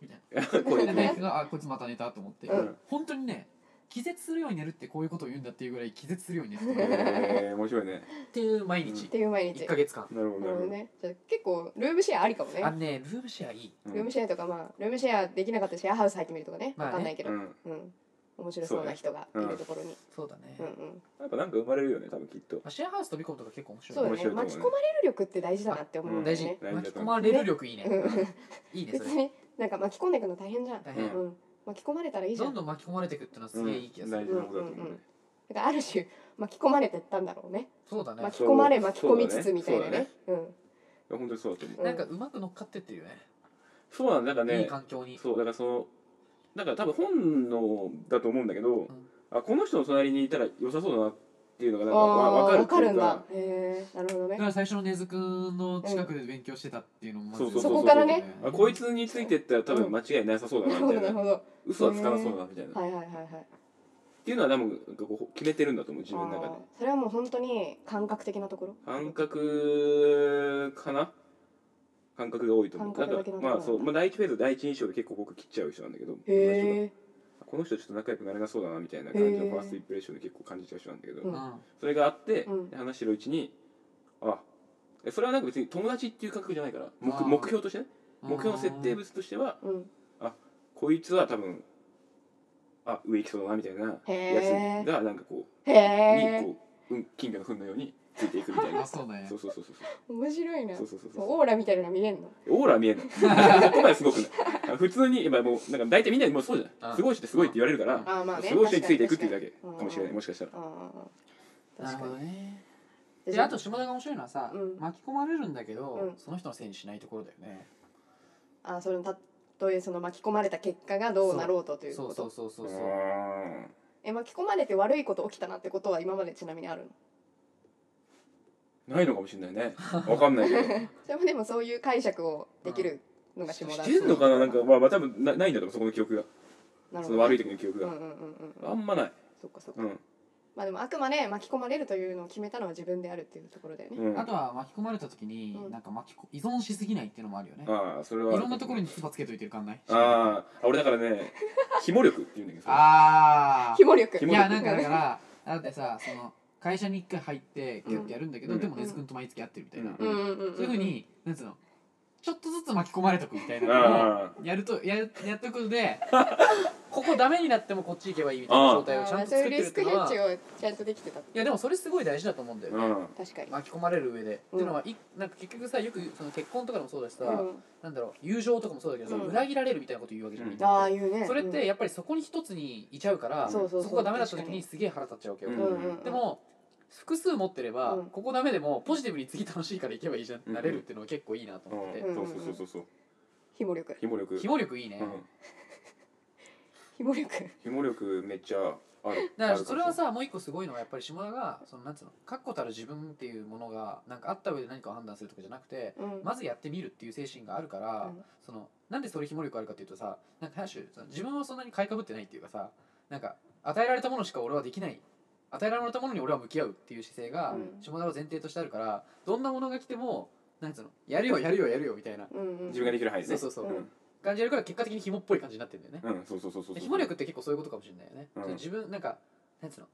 Speaker 4: みたい
Speaker 3: 声
Speaker 4: な
Speaker 3: で
Speaker 4: で大輝
Speaker 3: ね
Speaker 4: くんがあこいつまた寝たと思って、
Speaker 3: うん
Speaker 4: 本当にね気絶するように寝るってこういうことを言うんだっていうぐらい気絶するように寝てた
Speaker 3: えー、面白いね
Speaker 4: っていう毎日、
Speaker 2: っていう毎
Speaker 4: 一
Speaker 2: 日
Speaker 4: ヶ月間
Speaker 3: なるほど
Speaker 2: な
Speaker 3: な
Speaker 2: る
Speaker 3: る
Speaker 2: ほど
Speaker 3: ほど、
Speaker 2: ねじゃあ結構ルームシェアありかもね
Speaker 4: あのねルームシェアいい
Speaker 3: うん
Speaker 2: ルームシェアとかまあルームシェアできなかったらシェアハウス入ってみるとかね
Speaker 4: まあね
Speaker 2: わかんないけど
Speaker 3: う
Speaker 2: うんん面白そうな人がいるところに
Speaker 4: そうだね、
Speaker 2: うんう
Speaker 4: ま
Speaker 2: ん
Speaker 3: やっぱなんか生まれるよね多分きっと
Speaker 4: あ、シェアハウス飛び込むとか結構面白い
Speaker 2: そうだ
Speaker 3: 面白い
Speaker 2: ね
Speaker 3: と思うね
Speaker 2: 巻き込まれる力って大事だなって思うんだ
Speaker 4: 大
Speaker 2: よ
Speaker 4: 事、
Speaker 2: ね
Speaker 3: 大事だ
Speaker 4: 巻
Speaker 3: と
Speaker 4: き込
Speaker 3: 思う
Speaker 4: まれる力いいね
Speaker 2: うん
Speaker 4: いいねそ
Speaker 2: 別
Speaker 4: れ
Speaker 2: になんか巻き込んでいくの大変じゃん
Speaker 4: 大
Speaker 3: う
Speaker 4: 変、
Speaker 3: ん
Speaker 2: うん巻き込まれたらいいじゃ
Speaker 4: ど
Speaker 2: ん
Speaker 4: んどん巻き込まれていくってのはす
Speaker 3: う
Speaker 4: げ
Speaker 3: ん
Speaker 4: えいい気がする、
Speaker 3: 大事なことだと思うね
Speaker 2: だからある種巻き込まれてったんだろうね
Speaker 4: そうだね
Speaker 2: 巻き込まれ
Speaker 3: そう
Speaker 2: 巻き込みつつみたいな
Speaker 3: そうだ
Speaker 2: ね
Speaker 3: ね
Speaker 2: うん
Speaker 3: いや本当にそうだと思う
Speaker 2: うん
Speaker 4: なんかうまく乗っかってってるよね
Speaker 3: そうなんだなんかね
Speaker 4: いい環境に
Speaker 3: そうだからそのだから多分本能だと思うんだけど、
Speaker 4: ん
Speaker 3: あこの人の隣にいたら良さそうだなっていうのがなんかわ
Speaker 2: あー
Speaker 3: 分
Speaker 2: わ
Speaker 3: か
Speaker 2: か
Speaker 3: るっ
Speaker 2: るん
Speaker 3: ていう
Speaker 2: だ
Speaker 3: か
Speaker 2: へえなるほど
Speaker 4: だか
Speaker 2: ね
Speaker 4: ら最初の根津くんの近くで勉強してたっていうのもまず
Speaker 3: そうそう
Speaker 2: そうそこからね
Speaker 3: あこいつについてったら多分間違いなさそうだ
Speaker 2: な
Speaker 3: な
Speaker 2: るほ
Speaker 3: み
Speaker 2: どなる
Speaker 3: たいな
Speaker 2: ほど
Speaker 3: 嘘はつかなそうだなみたいな、
Speaker 2: はいはいはいはい
Speaker 3: っていうのは多分なんかこう決めてるんだと思う自分の中で
Speaker 2: あーそれはもう本当に感覚的なところ
Speaker 3: 感覚かな感覚が多いと思う
Speaker 2: 感覚だけ
Speaker 3: な
Speaker 2: の
Speaker 3: ん
Speaker 2: ところ
Speaker 3: かまあそう、まあ、第一フェーズ第一印象で結構僕切っちゃう人なんだけど
Speaker 2: へえ
Speaker 3: この人ちょっと仲良くなれなそうだなみたいな感じの
Speaker 2: へー
Speaker 3: ファーストインプレッションで結構感じちゃう人なんだけど、
Speaker 2: うん
Speaker 3: それがあって、
Speaker 2: うん
Speaker 3: で話してるうちにあそれはなんか別に友達っていう感覚じゃないから目
Speaker 4: あー
Speaker 3: 目標としてね
Speaker 4: うん
Speaker 3: 目標の設定物としては
Speaker 2: うん
Speaker 3: こいつは多分あ上行きそうだなみたいな
Speaker 2: へ
Speaker 3: や
Speaker 2: え
Speaker 3: つがなんかこ
Speaker 2: へ
Speaker 3: う、
Speaker 2: え
Speaker 3: にこう、うん、金魚の糞のようについていくみたい
Speaker 4: あ
Speaker 3: な
Speaker 4: そうね
Speaker 3: そうそうそうそう
Speaker 2: 面白いね
Speaker 3: そうそうそう
Speaker 2: そう
Speaker 3: そ
Speaker 2: オーラみたいなの見れんの
Speaker 3: うオーラは見 えないここまですごくないあ普通に、まあ、もうなんか大体みんなにもうそうじゃ
Speaker 4: う
Speaker 3: なんいすごい人ってすごいって言われるから、
Speaker 2: あーまあね
Speaker 3: すごい人についていくっていうだ
Speaker 2: け
Speaker 3: け
Speaker 2: 確かに
Speaker 3: かもしれないもしかしたら
Speaker 2: ああ
Speaker 4: なる
Speaker 2: 確か
Speaker 4: ほど
Speaker 2: に
Speaker 4: ね
Speaker 2: で
Speaker 4: であと下田が面白いのはさ、
Speaker 2: うん
Speaker 4: 巻き込まれるんだけど、
Speaker 2: うん
Speaker 4: その人のせいにしないところだよね
Speaker 2: あそのたというその巻き込まれた結果がどうなろうとという
Speaker 4: そ
Speaker 2: こ
Speaker 4: うそ
Speaker 2: と
Speaker 4: うそうそうそう
Speaker 3: あ
Speaker 2: え巻き込まれて悪いこと起きたなってことは今までちなみにあるの
Speaker 3: ーないのかもしれないねわかんないけど
Speaker 2: それもでもそういう解釈をできるのが下田
Speaker 3: してんのかななんかまあまあ多分なないんだと思うそこの記憶が
Speaker 2: なる
Speaker 3: そ
Speaker 2: ほど
Speaker 3: の悪い時の記憶
Speaker 2: うんう
Speaker 3: が
Speaker 2: んうんうん
Speaker 3: あんまない
Speaker 2: そっかそっか、
Speaker 3: うん
Speaker 2: まあでもあくまで巻き込まれるというのを決めたのは自分であるっていうところだよね、
Speaker 3: うん
Speaker 4: あ
Speaker 3: あ
Speaker 4: とは巻き込まれた時に、
Speaker 2: うん
Speaker 4: なんか巻きこ依存しすぎないっていうのもあるよね、
Speaker 3: あそれはい
Speaker 4: ろんなところに唾つけといてる感ない
Speaker 3: あーあ俺だからね紐力っていうんだけどさ
Speaker 4: あ
Speaker 2: ひも力
Speaker 3: ひ
Speaker 4: ーい
Speaker 3: も
Speaker 4: や
Speaker 3: 力
Speaker 4: なんかだからだってさその会社に一回入って
Speaker 2: うん
Speaker 4: ギュッてやるんだけど、
Speaker 3: うん
Speaker 4: でも根津君と毎月やってるみたいな、
Speaker 3: うん
Speaker 2: うんうんうんん
Speaker 4: そういうふうになんつうのちょっとずつ巻き込まれとくみたいなのを
Speaker 3: あ
Speaker 4: やるとやるやっとくこと でここダメになってもこっち行けばいいみたいな状
Speaker 2: あ
Speaker 4: 態をちゃん
Speaker 2: ー
Speaker 4: と
Speaker 2: そういう
Speaker 4: 作ってる
Speaker 2: リ
Speaker 4: っ
Speaker 2: ス
Speaker 4: て
Speaker 2: クヘ
Speaker 4: いうの
Speaker 2: ッ
Speaker 4: は
Speaker 2: ジ
Speaker 4: い
Speaker 2: をちゃんとできてた
Speaker 4: やでもそれすごい大事だと思うんだよ
Speaker 3: あう
Speaker 4: ね、
Speaker 3: ん
Speaker 2: 確かに
Speaker 4: 巻き込まれる上で、っていうのはいなんか結局さよくその結婚とかでもそうだしさ、なんだろう友情とかもそうだけどさ、
Speaker 2: うん
Speaker 4: 裏切られるみたいなこと言うわけじゃない、
Speaker 3: うん
Speaker 2: うん、ああいうね
Speaker 4: それっ
Speaker 2: うん
Speaker 4: てやっぱりそこに一つにいちゃうから、
Speaker 2: そうそうそう
Speaker 4: こがダメだった時
Speaker 2: 確か
Speaker 4: に
Speaker 2: に
Speaker 4: すげえ腹立っちゃうわけよ、
Speaker 3: うん
Speaker 2: うん
Speaker 4: でも複数持ってれば、
Speaker 2: うん
Speaker 4: ここダメでもポジティブに次楽しいから行けばいいじゃん、
Speaker 3: うん
Speaker 4: なれるっていうのが結構いいなと
Speaker 3: う
Speaker 4: 思って、
Speaker 3: んそうそうそうそうそう
Speaker 2: ひも力
Speaker 3: 紐力
Speaker 4: ひも力いいね、
Speaker 3: うん
Speaker 2: ひも力
Speaker 3: 紐力めっちゃある
Speaker 4: だからそれは
Speaker 3: あ
Speaker 4: さもう一個すごいのはやっぱり下田がそのなんつうの確固たる自分っていうものがなんかあった上で何かを判断するとかじゃなくて
Speaker 2: うん
Speaker 4: まずやってみるっていう精神があるから、
Speaker 2: うん
Speaker 4: そのなんでそれひも力あるかっていうとさなんか林その自分はそんなに買いかぶってないっていうかさなんか与えられたものしか俺はできない与えられたものに俺は向き合うっていう姿勢が
Speaker 2: うん
Speaker 4: 下田は前提としてあるからどんなものが来てもなんつうのやるよやるよやるよみたいな
Speaker 2: うんうん
Speaker 3: 自分ができる範囲で
Speaker 4: そう
Speaker 3: ね
Speaker 4: そうそう、
Speaker 2: うん
Speaker 4: 感じるから結果的にひもっぽい感じになってるんだよね、
Speaker 3: うんうんそうそうそうそう
Speaker 4: でひも力って結構そういうことかもしれないよね、
Speaker 3: うん
Speaker 4: その自分なんかなんつうの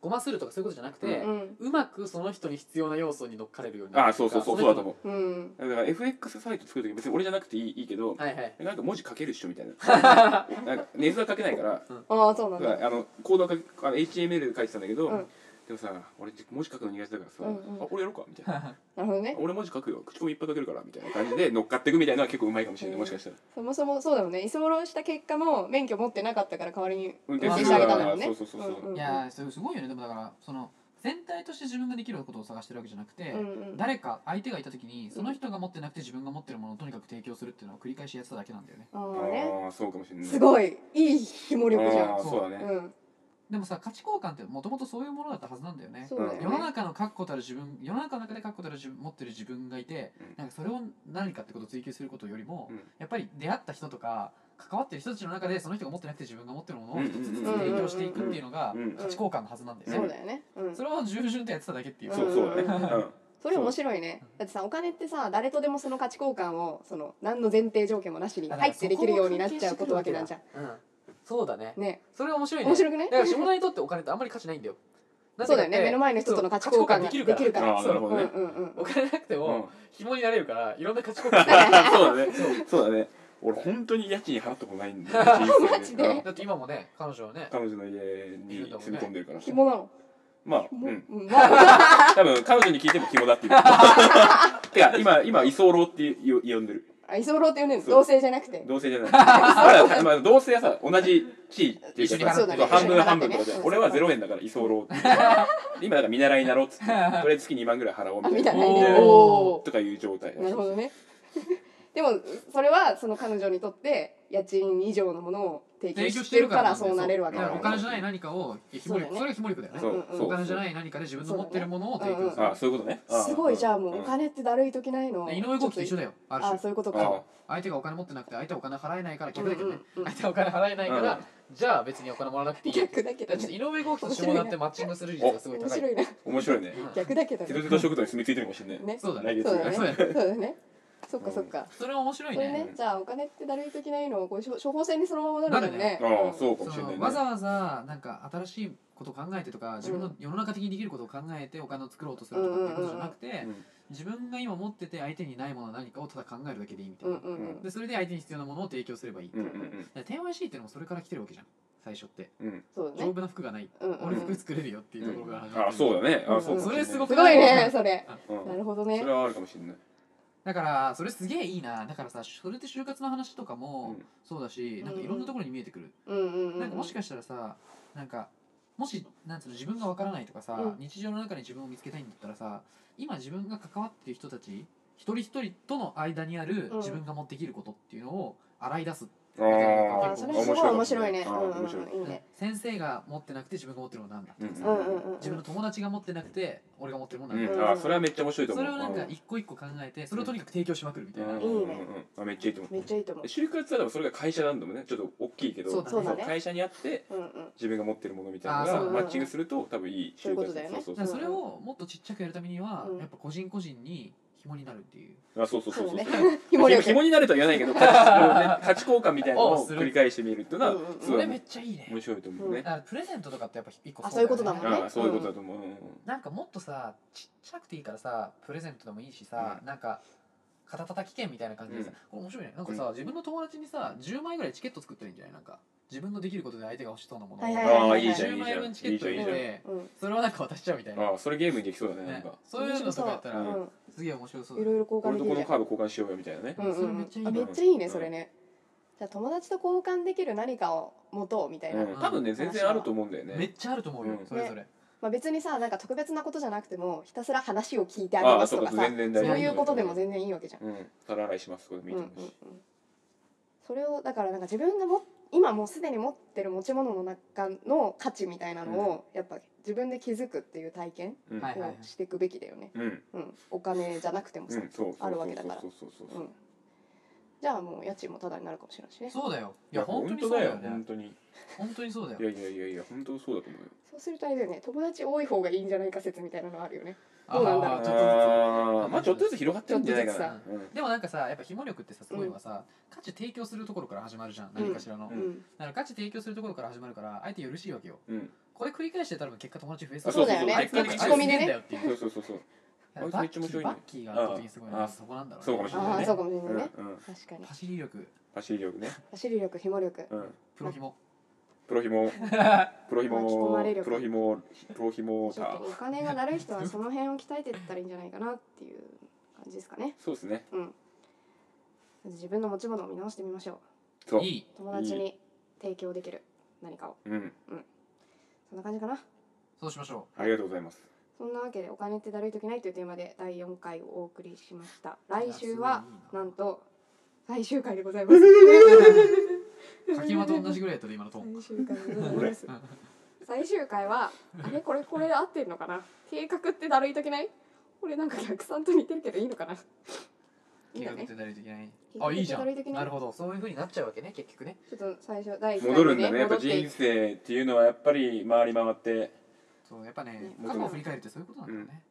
Speaker 4: ごまするとかそういうことじゃなくて、
Speaker 3: う
Speaker 4: う
Speaker 2: うん
Speaker 4: まくその人に必要な要素に乗っかれるように
Speaker 3: あ
Speaker 4: なる
Speaker 3: あ
Speaker 4: って
Speaker 3: そ
Speaker 4: いうか
Speaker 3: そうそうそうだと思
Speaker 2: うん
Speaker 3: うだから FX サイト作る時別に俺じゃなくていいいいけど
Speaker 4: うはいはい
Speaker 3: なんか文字書けるっしょみたいな なんかネズは書けないから
Speaker 2: ああそうなん
Speaker 3: だから
Speaker 2: だ
Speaker 3: あのコードは書きあの HTML で書いてたんだけど、
Speaker 2: うん
Speaker 3: でもさ俺文字書くの苦手だからさ、
Speaker 2: うんうん
Speaker 3: あ俺やろうかみたいな
Speaker 2: なるほどね
Speaker 3: 俺文字書くよ口コミいっぱい書けるからみたいな感じで乗っかっていくみたいなのは結構うまいかもしれ
Speaker 2: へ
Speaker 3: ない、
Speaker 2: ー
Speaker 3: もしかしたら
Speaker 2: そもそもそうだもんね居候した結果も免許持ってなかったから代わりに
Speaker 3: 運
Speaker 2: 運
Speaker 3: 転
Speaker 2: 転
Speaker 4: す
Speaker 2: してあげ
Speaker 4: る
Speaker 2: たんだもんね
Speaker 3: そうそうそうそうん
Speaker 2: んん
Speaker 4: いやーそれすごいよねでもだからその全体として自分ができることを探してるわけじゃなくて、
Speaker 2: うんうん
Speaker 4: 誰か相手がいた時にその人が持ってなくて自分が持ってるものをとにかく提供するっていうのを繰り返しやってただけなんだよね
Speaker 2: ああね
Speaker 3: ああそうかもしれない
Speaker 2: す
Speaker 3: い
Speaker 2: ごいいいひも力じゃん
Speaker 3: ああそうだね、
Speaker 2: うん
Speaker 4: でもさ価値交換ってもともとそういうものだったはずなんだよね
Speaker 2: そうだ
Speaker 3: ん
Speaker 4: 世
Speaker 2: よ
Speaker 4: の
Speaker 2: ね
Speaker 4: 中の確固たる自分世の中の中で確固たる自分持ってる自分がいて、
Speaker 3: うん
Speaker 4: なんかそれを何かってことを追求することよりも、
Speaker 3: うん
Speaker 4: やっぱり出会った人とか関わってる人たちの中でその人が持ってなくて自分が持ってるものを一つずつ提供していくっていうのが
Speaker 3: うん
Speaker 4: 価値交換のはずなんだよね、
Speaker 2: そうだよねうん
Speaker 4: それを従順とやってただけっていう、
Speaker 3: そうそうだね、うん
Speaker 2: それ面白いねだってさお金ってさ誰とでもその価値交換をその何の前提条件もなしに入ってできるようになっちゃうことわけなんじゃ
Speaker 4: ん、そうだね
Speaker 2: んね
Speaker 4: それ面白いね
Speaker 2: 面白くない
Speaker 4: だから下田にとってお金ってあんまり価値ないんだよなぜ
Speaker 2: そうだ
Speaker 4: かっ
Speaker 2: よ
Speaker 4: て
Speaker 2: ね目の前の人との価値交換が
Speaker 4: そう
Speaker 2: できるから
Speaker 3: ああなるほ
Speaker 2: うん
Speaker 3: ど
Speaker 2: う
Speaker 3: ね、
Speaker 2: んうん
Speaker 4: お金なくて
Speaker 3: うん
Speaker 4: も紐になれるからいろんな価値 交換が
Speaker 3: そうだねそうだね俺本当に家賃払ったことないんだよ人生
Speaker 2: マジで
Speaker 4: だって今もね彼女はね
Speaker 3: 彼女の家に住み込んでるからさ
Speaker 2: 紐なの
Speaker 3: まあう
Speaker 2: 紐
Speaker 3: ん
Speaker 2: うんまあ
Speaker 3: 多分彼女に聞いても肝だって言うてか今今居候って呼呼んでる
Speaker 2: あ居候って呼んでるの
Speaker 3: そう
Speaker 2: 同性じゃなくて
Speaker 3: 同棲じゃないまだまあ同棲はさ同じ地位っていう
Speaker 4: 一緒に
Speaker 3: か
Speaker 4: 払
Speaker 3: さ
Speaker 4: ってね
Speaker 3: そう半分半分
Speaker 2: 一緒に払ってね
Speaker 3: とかで
Speaker 2: そうそう
Speaker 3: 俺は0円だから居候っていう今だから見習いになろうっつってとりあえず月2万ぐらい払おう
Speaker 2: あ
Speaker 3: み
Speaker 2: み
Speaker 3: た
Speaker 2: た
Speaker 3: い
Speaker 2: い
Speaker 3: な
Speaker 2: な
Speaker 4: おー
Speaker 2: お
Speaker 3: とかいう状態
Speaker 2: ーなるほどね でもそれはその彼女にとって家賃以上のものを提供
Speaker 4: 提供し
Speaker 2: して
Speaker 4: て
Speaker 2: る
Speaker 4: る
Speaker 2: か
Speaker 4: からら
Speaker 2: そうなれるわけ
Speaker 4: だ
Speaker 2: だ
Speaker 4: か
Speaker 2: から
Speaker 4: お
Speaker 2: ら
Speaker 4: 金じゃない何かをひ
Speaker 2: そ
Speaker 4: もり
Speaker 2: うだよね
Speaker 4: それがひもりくだよね
Speaker 3: そう
Speaker 2: うんうん
Speaker 3: そう
Speaker 4: お金じゃない何かで自分の持ってるものを提供する
Speaker 3: あそういうことねあ
Speaker 2: すごいじゃあもうお
Speaker 3: ん
Speaker 2: 金ってだるい時ないの
Speaker 4: で井上豪輝と一緒だよある
Speaker 2: あ
Speaker 4: 種
Speaker 2: そういうこと
Speaker 3: あ
Speaker 2: か
Speaker 4: 相手がお金持ってなくて相手はお金払えないから
Speaker 2: うん
Speaker 4: 逆だけどね、
Speaker 2: うんうん
Speaker 4: 相手はお金払えないから、
Speaker 3: うん
Speaker 4: じゃあ別にお金もらわなくていいよって
Speaker 2: 逆だけど
Speaker 4: ちょっ
Speaker 2: ね
Speaker 4: と井上豪輝と下田ってマッチングする率がすごい
Speaker 2: 面
Speaker 4: 高い
Speaker 2: 白いな
Speaker 3: 面白いね
Speaker 4: うん
Speaker 2: 逆だけど
Speaker 3: テト
Speaker 2: ね
Speaker 3: テト食堂に住み着いてるかもしれない
Speaker 2: ね
Speaker 4: そうだ
Speaker 3: 来
Speaker 4: ね
Speaker 3: 月
Speaker 2: そうだね
Speaker 4: そうだね
Speaker 2: そうだねそっかそっか
Speaker 4: それは面白い
Speaker 2: これ
Speaker 4: ね
Speaker 2: ねじゃあお金ってだるい時ないのをこう処処方箋にそのままなるもんね
Speaker 3: ああ
Speaker 2: う
Speaker 3: そうかもし
Speaker 4: そ
Speaker 3: れない
Speaker 4: の
Speaker 3: ね
Speaker 4: わざわざなんか新しいことを考えてとか自分の世の中的にできることを考えてお金を作ろうとするとかっていうことじゃなくて、
Speaker 3: うん
Speaker 4: 自分が今持ってて相手にないもの何かをただ考えるだけでいいみたい
Speaker 2: んう
Speaker 4: な、
Speaker 2: んうん
Speaker 4: でそれで相手に必要なものを提供すればいい、
Speaker 3: うん
Speaker 4: だか
Speaker 3: うん
Speaker 4: ら TYC っていうのもそれから来てるわけじゃん最初って
Speaker 3: うんうん
Speaker 2: そうだ
Speaker 4: 丈
Speaker 2: ね
Speaker 4: 夫な服がない、
Speaker 2: うん
Speaker 4: 俺
Speaker 2: うん
Speaker 4: 服作れるよっていうところから始まってる
Speaker 3: あそうだねあそうかもしれない
Speaker 4: それすご
Speaker 2: す
Speaker 4: く
Speaker 2: ごい
Speaker 4: ない
Speaker 2: ねそれ
Speaker 3: うん
Speaker 2: なるほど
Speaker 3: そ
Speaker 2: ね
Speaker 3: れはあるかもしれない
Speaker 4: だからそれすげえいいなだからさそれって就活の話とかも
Speaker 3: うん
Speaker 4: そうだし、なんかいろんなところに見えてくる、
Speaker 2: うんうんうん
Speaker 4: なんかもしかしたらさなんかもしなんつうの自分がわからないとかさ、
Speaker 2: うん
Speaker 4: 日常の中に自分を見つけたいんだったらさ今自分が関わってる人たち一人一人との間にある
Speaker 2: うん
Speaker 4: 自分が持ってきることっていうのを洗い出す、
Speaker 3: あー
Speaker 2: あーそれすごい面白いね
Speaker 3: あ
Speaker 2: う
Speaker 3: ー
Speaker 2: ん
Speaker 3: 面白い
Speaker 2: うんうんいいね
Speaker 4: 先生が持ってなくて自分が持ってるものなんだとかさ、
Speaker 2: うんうんうん
Speaker 4: 自分の友達が持ってなくて俺が持ってるものなんだ、
Speaker 3: うんあそれはめっちゃ面白いと
Speaker 4: そ
Speaker 3: 思う
Speaker 4: れをなんか
Speaker 3: い
Speaker 4: 一個一個考えてそれをとにかく提供しまくるみたいな、
Speaker 2: いね
Speaker 3: あめっちゃいいと思う
Speaker 2: めっちゃいいと思う
Speaker 3: 就活はでもそれが会社なんだもんねちょっと大きいけど
Speaker 4: そうだね
Speaker 2: そうだね
Speaker 3: 会社にあって
Speaker 2: うんうん
Speaker 3: 自分が持ってるものみたいなの
Speaker 4: あー
Speaker 3: が
Speaker 4: そう
Speaker 3: マッチングすると多分いい
Speaker 2: そうい
Speaker 3: 就
Speaker 2: うこと
Speaker 3: 活
Speaker 2: だよね
Speaker 3: そう
Speaker 4: だから
Speaker 3: そ
Speaker 4: そうれをもっとちっちゃくやるためには、
Speaker 2: うん
Speaker 4: やっぱ個人個人に紐になるっていう
Speaker 3: あそうそう
Speaker 2: そ
Speaker 3: そう
Speaker 2: うだ
Speaker 3: そう
Speaker 2: ね 紐
Speaker 3: 紐
Speaker 2: 力
Speaker 3: 紐になるとは言わないけど価値ね価値交換みたいなの
Speaker 4: お
Speaker 3: を
Speaker 4: する
Speaker 3: 繰り返してみるっていうのは
Speaker 2: うんうんうん
Speaker 3: す
Speaker 4: そ
Speaker 3: ごい
Speaker 4: れめっちゃいいね
Speaker 3: 面白いと思うね
Speaker 4: だからプレゼントとかってやっぱ一個
Speaker 2: あそういうことだもんね
Speaker 3: ああそういうことだと思ううんうん
Speaker 4: なんかもっとさちっちゃくていいからさプレゼントでもいいしさ、
Speaker 3: う
Speaker 4: なんか肩たたき券みたいな感じでさ、
Speaker 3: うん
Speaker 4: これ面白いねなんかさ、自分の友達にさ10枚ぐらいチケット作ったらいいんじゃないなんか自分のできることで相手が欲しそうなものを、
Speaker 2: はいはいはい
Speaker 3: ああいいじゃんい
Speaker 4: 10
Speaker 3: いじ
Speaker 4: 枚
Speaker 3: ゃん
Speaker 4: 分チケ
Speaker 3: い
Speaker 4: ッ
Speaker 3: いじ
Speaker 4: ト
Speaker 3: ゃん
Speaker 4: 入
Speaker 3: いい
Speaker 4: れ
Speaker 3: じ
Speaker 4: て
Speaker 2: うん
Speaker 4: それをなんか渡しちゃうみたい
Speaker 3: ゃん
Speaker 4: な、
Speaker 3: ああそれゲームにできそうだねなん
Speaker 4: ね
Speaker 3: か、
Speaker 4: そういうのとかやったら、
Speaker 3: 面白
Speaker 2: うん
Speaker 4: すげえ面白そう
Speaker 2: い
Speaker 4: だ
Speaker 2: ろ
Speaker 4: ね
Speaker 2: いろ交換
Speaker 3: 俺
Speaker 2: でき
Speaker 3: とこ
Speaker 2: る
Speaker 3: の
Speaker 2: ね
Speaker 3: カード交換しようよみたいなね
Speaker 2: うんうんうん
Speaker 4: それめっちゃいい
Speaker 2: あ
Speaker 4: な
Speaker 2: めっちゃいいねそれねじゃあ友達と交換できる何かを持とうみたいな、
Speaker 3: うん多分ね全然あると思うんだよ
Speaker 4: めっ
Speaker 3: ね
Speaker 4: ちゃあると思うよ、
Speaker 3: うん
Speaker 4: それぞれ、
Speaker 2: まあ、別にさなんか特別なことじゃなくてもひたすら話を聞いてあげ
Speaker 3: あ
Speaker 2: ま
Speaker 3: あ
Speaker 2: す
Speaker 3: そ
Speaker 2: と
Speaker 3: う
Speaker 2: か
Speaker 3: か
Speaker 2: さ
Speaker 3: 全然大丈
Speaker 2: そ
Speaker 3: 夫
Speaker 2: ういうことでも全然いいわけじゃん。
Speaker 3: うん皿洗いしますこれ見
Speaker 2: うんうんう
Speaker 3: ても
Speaker 2: ん
Speaker 3: いいし、
Speaker 2: それをだからなんか自分がも今もうすでに持ってる持ち物の中の価値みたいなのを、やっぱ自分で気づくっていう体験
Speaker 3: うん
Speaker 4: はい
Speaker 2: をしていくべきだよね、
Speaker 3: うんうん
Speaker 2: うん、お金じゃなくても
Speaker 3: そ
Speaker 2: さ、
Speaker 3: うそうそう
Speaker 2: あるわけだから
Speaker 3: そうそうそう
Speaker 2: う、
Speaker 3: そうん
Speaker 2: じゃあもう家賃もタダになるかもしれないしね
Speaker 4: そうだよい
Speaker 3: いや
Speaker 4: や本
Speaker 3: 本
Speaker 4: 当に
Speaker 3: 当
Speaker 4: そう
Speaker 3: だ
Speaker 4: だ
Speaker 3: よ
Speaker 4: よ
Speaker 3: 本
Speaker 4: ね
Speaker 3: 当に
Speaker 4: 本当にそうだよ
Speaker 3: いやいやいやいや本当そうだと思うよ
Speaker 2: そうするとあれだよね友達多い方がいいんじゃないか説みたいなのあるよね
Speaker 4: あ
Speaker 2: どうなんだろ
Speaker 4: ー
Speaker 2: う
Speaker 4: ちょっとずつ
Speaker 3: あーまあちょっとずつ広がってるんじゃないかな
Speaker 2: ちょっ
Speaker 3: うん
Speaker 4: でもなんかさやっぱ非毛力ってさすごいのはさ、価値提供するところから始まるじゃん何かしらの、
Speaker 2: う
Speaker 3: う
Speaker 2: んん、
Speaker 4: だから価値提供するところから始まるから相手よろしいわけよ
Speaker 3: うん
Speaker 4: これ繰り返してたら結果友達増え
Speaker 3: あそう
Speaker 2: だよね
Speaker 4: あいつなんか
Speaker 2: 口コミでね
Speaker 4: あいつすげえんだよっていう
Speaker 3: そうそうそうそう
Speaker 4: だから
Speaker 3: あ
Speaker 4: バ
Speaker 3: い
Speaker 4: ッ
Speaker 3: つ
Speaker 4: キ
Speaker 3: めっちゃ面白
Speaker 4: ー
Speaker 3: いね
Speaker 4: バッキーが圧倒的にすごいの
Speaker 3: あ
Speaker 4: は
Speaker 3: あ
Speaker 4: そこなんだろうね
Speaker 3: そうかもしれ
Speaker 2: あ
Speaker 3: ない
Speaker 2: あ
Speaker 3: ね
Speaker 2: そうかもしれ
Speaker 3: う
Speaker 2: ない
Speaker 3: んう
Speaker 2: ね、
Speaker 3: ん
Speaker 2: 確かに
Speaker 4: 走り力
Speaker 3: 走り力ね
Speaker 2: 走り力紐力
Speaker 3: うん
Speaker 4: プロヒモ
Speaker 3: プロヒモプロヒ
Speaker 2: 巻き込ま
Speaker 3: モ
Speaker 2: れ力
Speaker 3: プロヒモプロヒモー
Speaker 2: ち
Speaker 3: タ
Speaker 2: ょっと
Speaker 3: ー
Speaker 2: お金がなる人はその辺を鍛えていったらいいんじゃないかなっていう感じですかね。
Speaker 3: そうですね
Speaker 2: うん。自分の持ち物を見直してみましょう。
Speaker 3: そう
Speaker 4: いい
Speaker 2: 友達に提供できる何かを。
Speaker 3: うん
Speaker 2: そんな感じかな。
Speaker 4: そうしまし ょ
Speaker 3: ありがとうございます
Speaker 2: そんなわけでお金ってだるい時ないというテーマで第4回をお送りしました。来週はなんと最終回でございます。
Speaker 4: う柿山と同じぐらいやったら今のトーン
Speaker 2: 最終回でございます。最終回はあれこれこれ合ってるのかな。計画ってだるい時ない？これなんか逆算と似てるけどいいのかな。いいん
Speaker 4: 計
Speaker 2: だ
Speaker 4: 画っ
Speaker 2: ね。
Speaker 4: て誰といけない
Speaker 2: 計画
Speaker 4: あいいじゃ
Speaker 2: 誰といけ
Speaker 4: ん
Speaker 2: ない
Speaker 4: なるほどそういう風になっちゃうわけね結局ね
Speaker 2: ちょっと最初第一回
Speaker 3: 戻るんだねやっ
Speaker 2: 戻
Speaker 3: ぱ
Speaker 2: ってい
Speaker 3: 人生っていうのはやっぱり回り回って
Speaker 4: そうやっぱね
Speaker 2: ね
Speaker 4: 過去を振り返るってそういうことなんだよね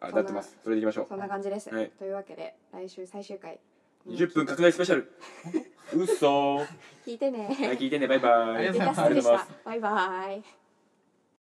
Speaker 3: あなってますそれでいきましょう
Speaker 2: そんな感じです、
Speaker 3: はい
Speaker 2: というわけで来週最終回
Speaker 3: 20分拡大スペシャ ル嘘は
Speaker 2: 聞いてね
Speaker 3: い聞いてねバイバイ
Speaker 4: ありがとうございます
Speaker 2: ディカストでしたバイバイ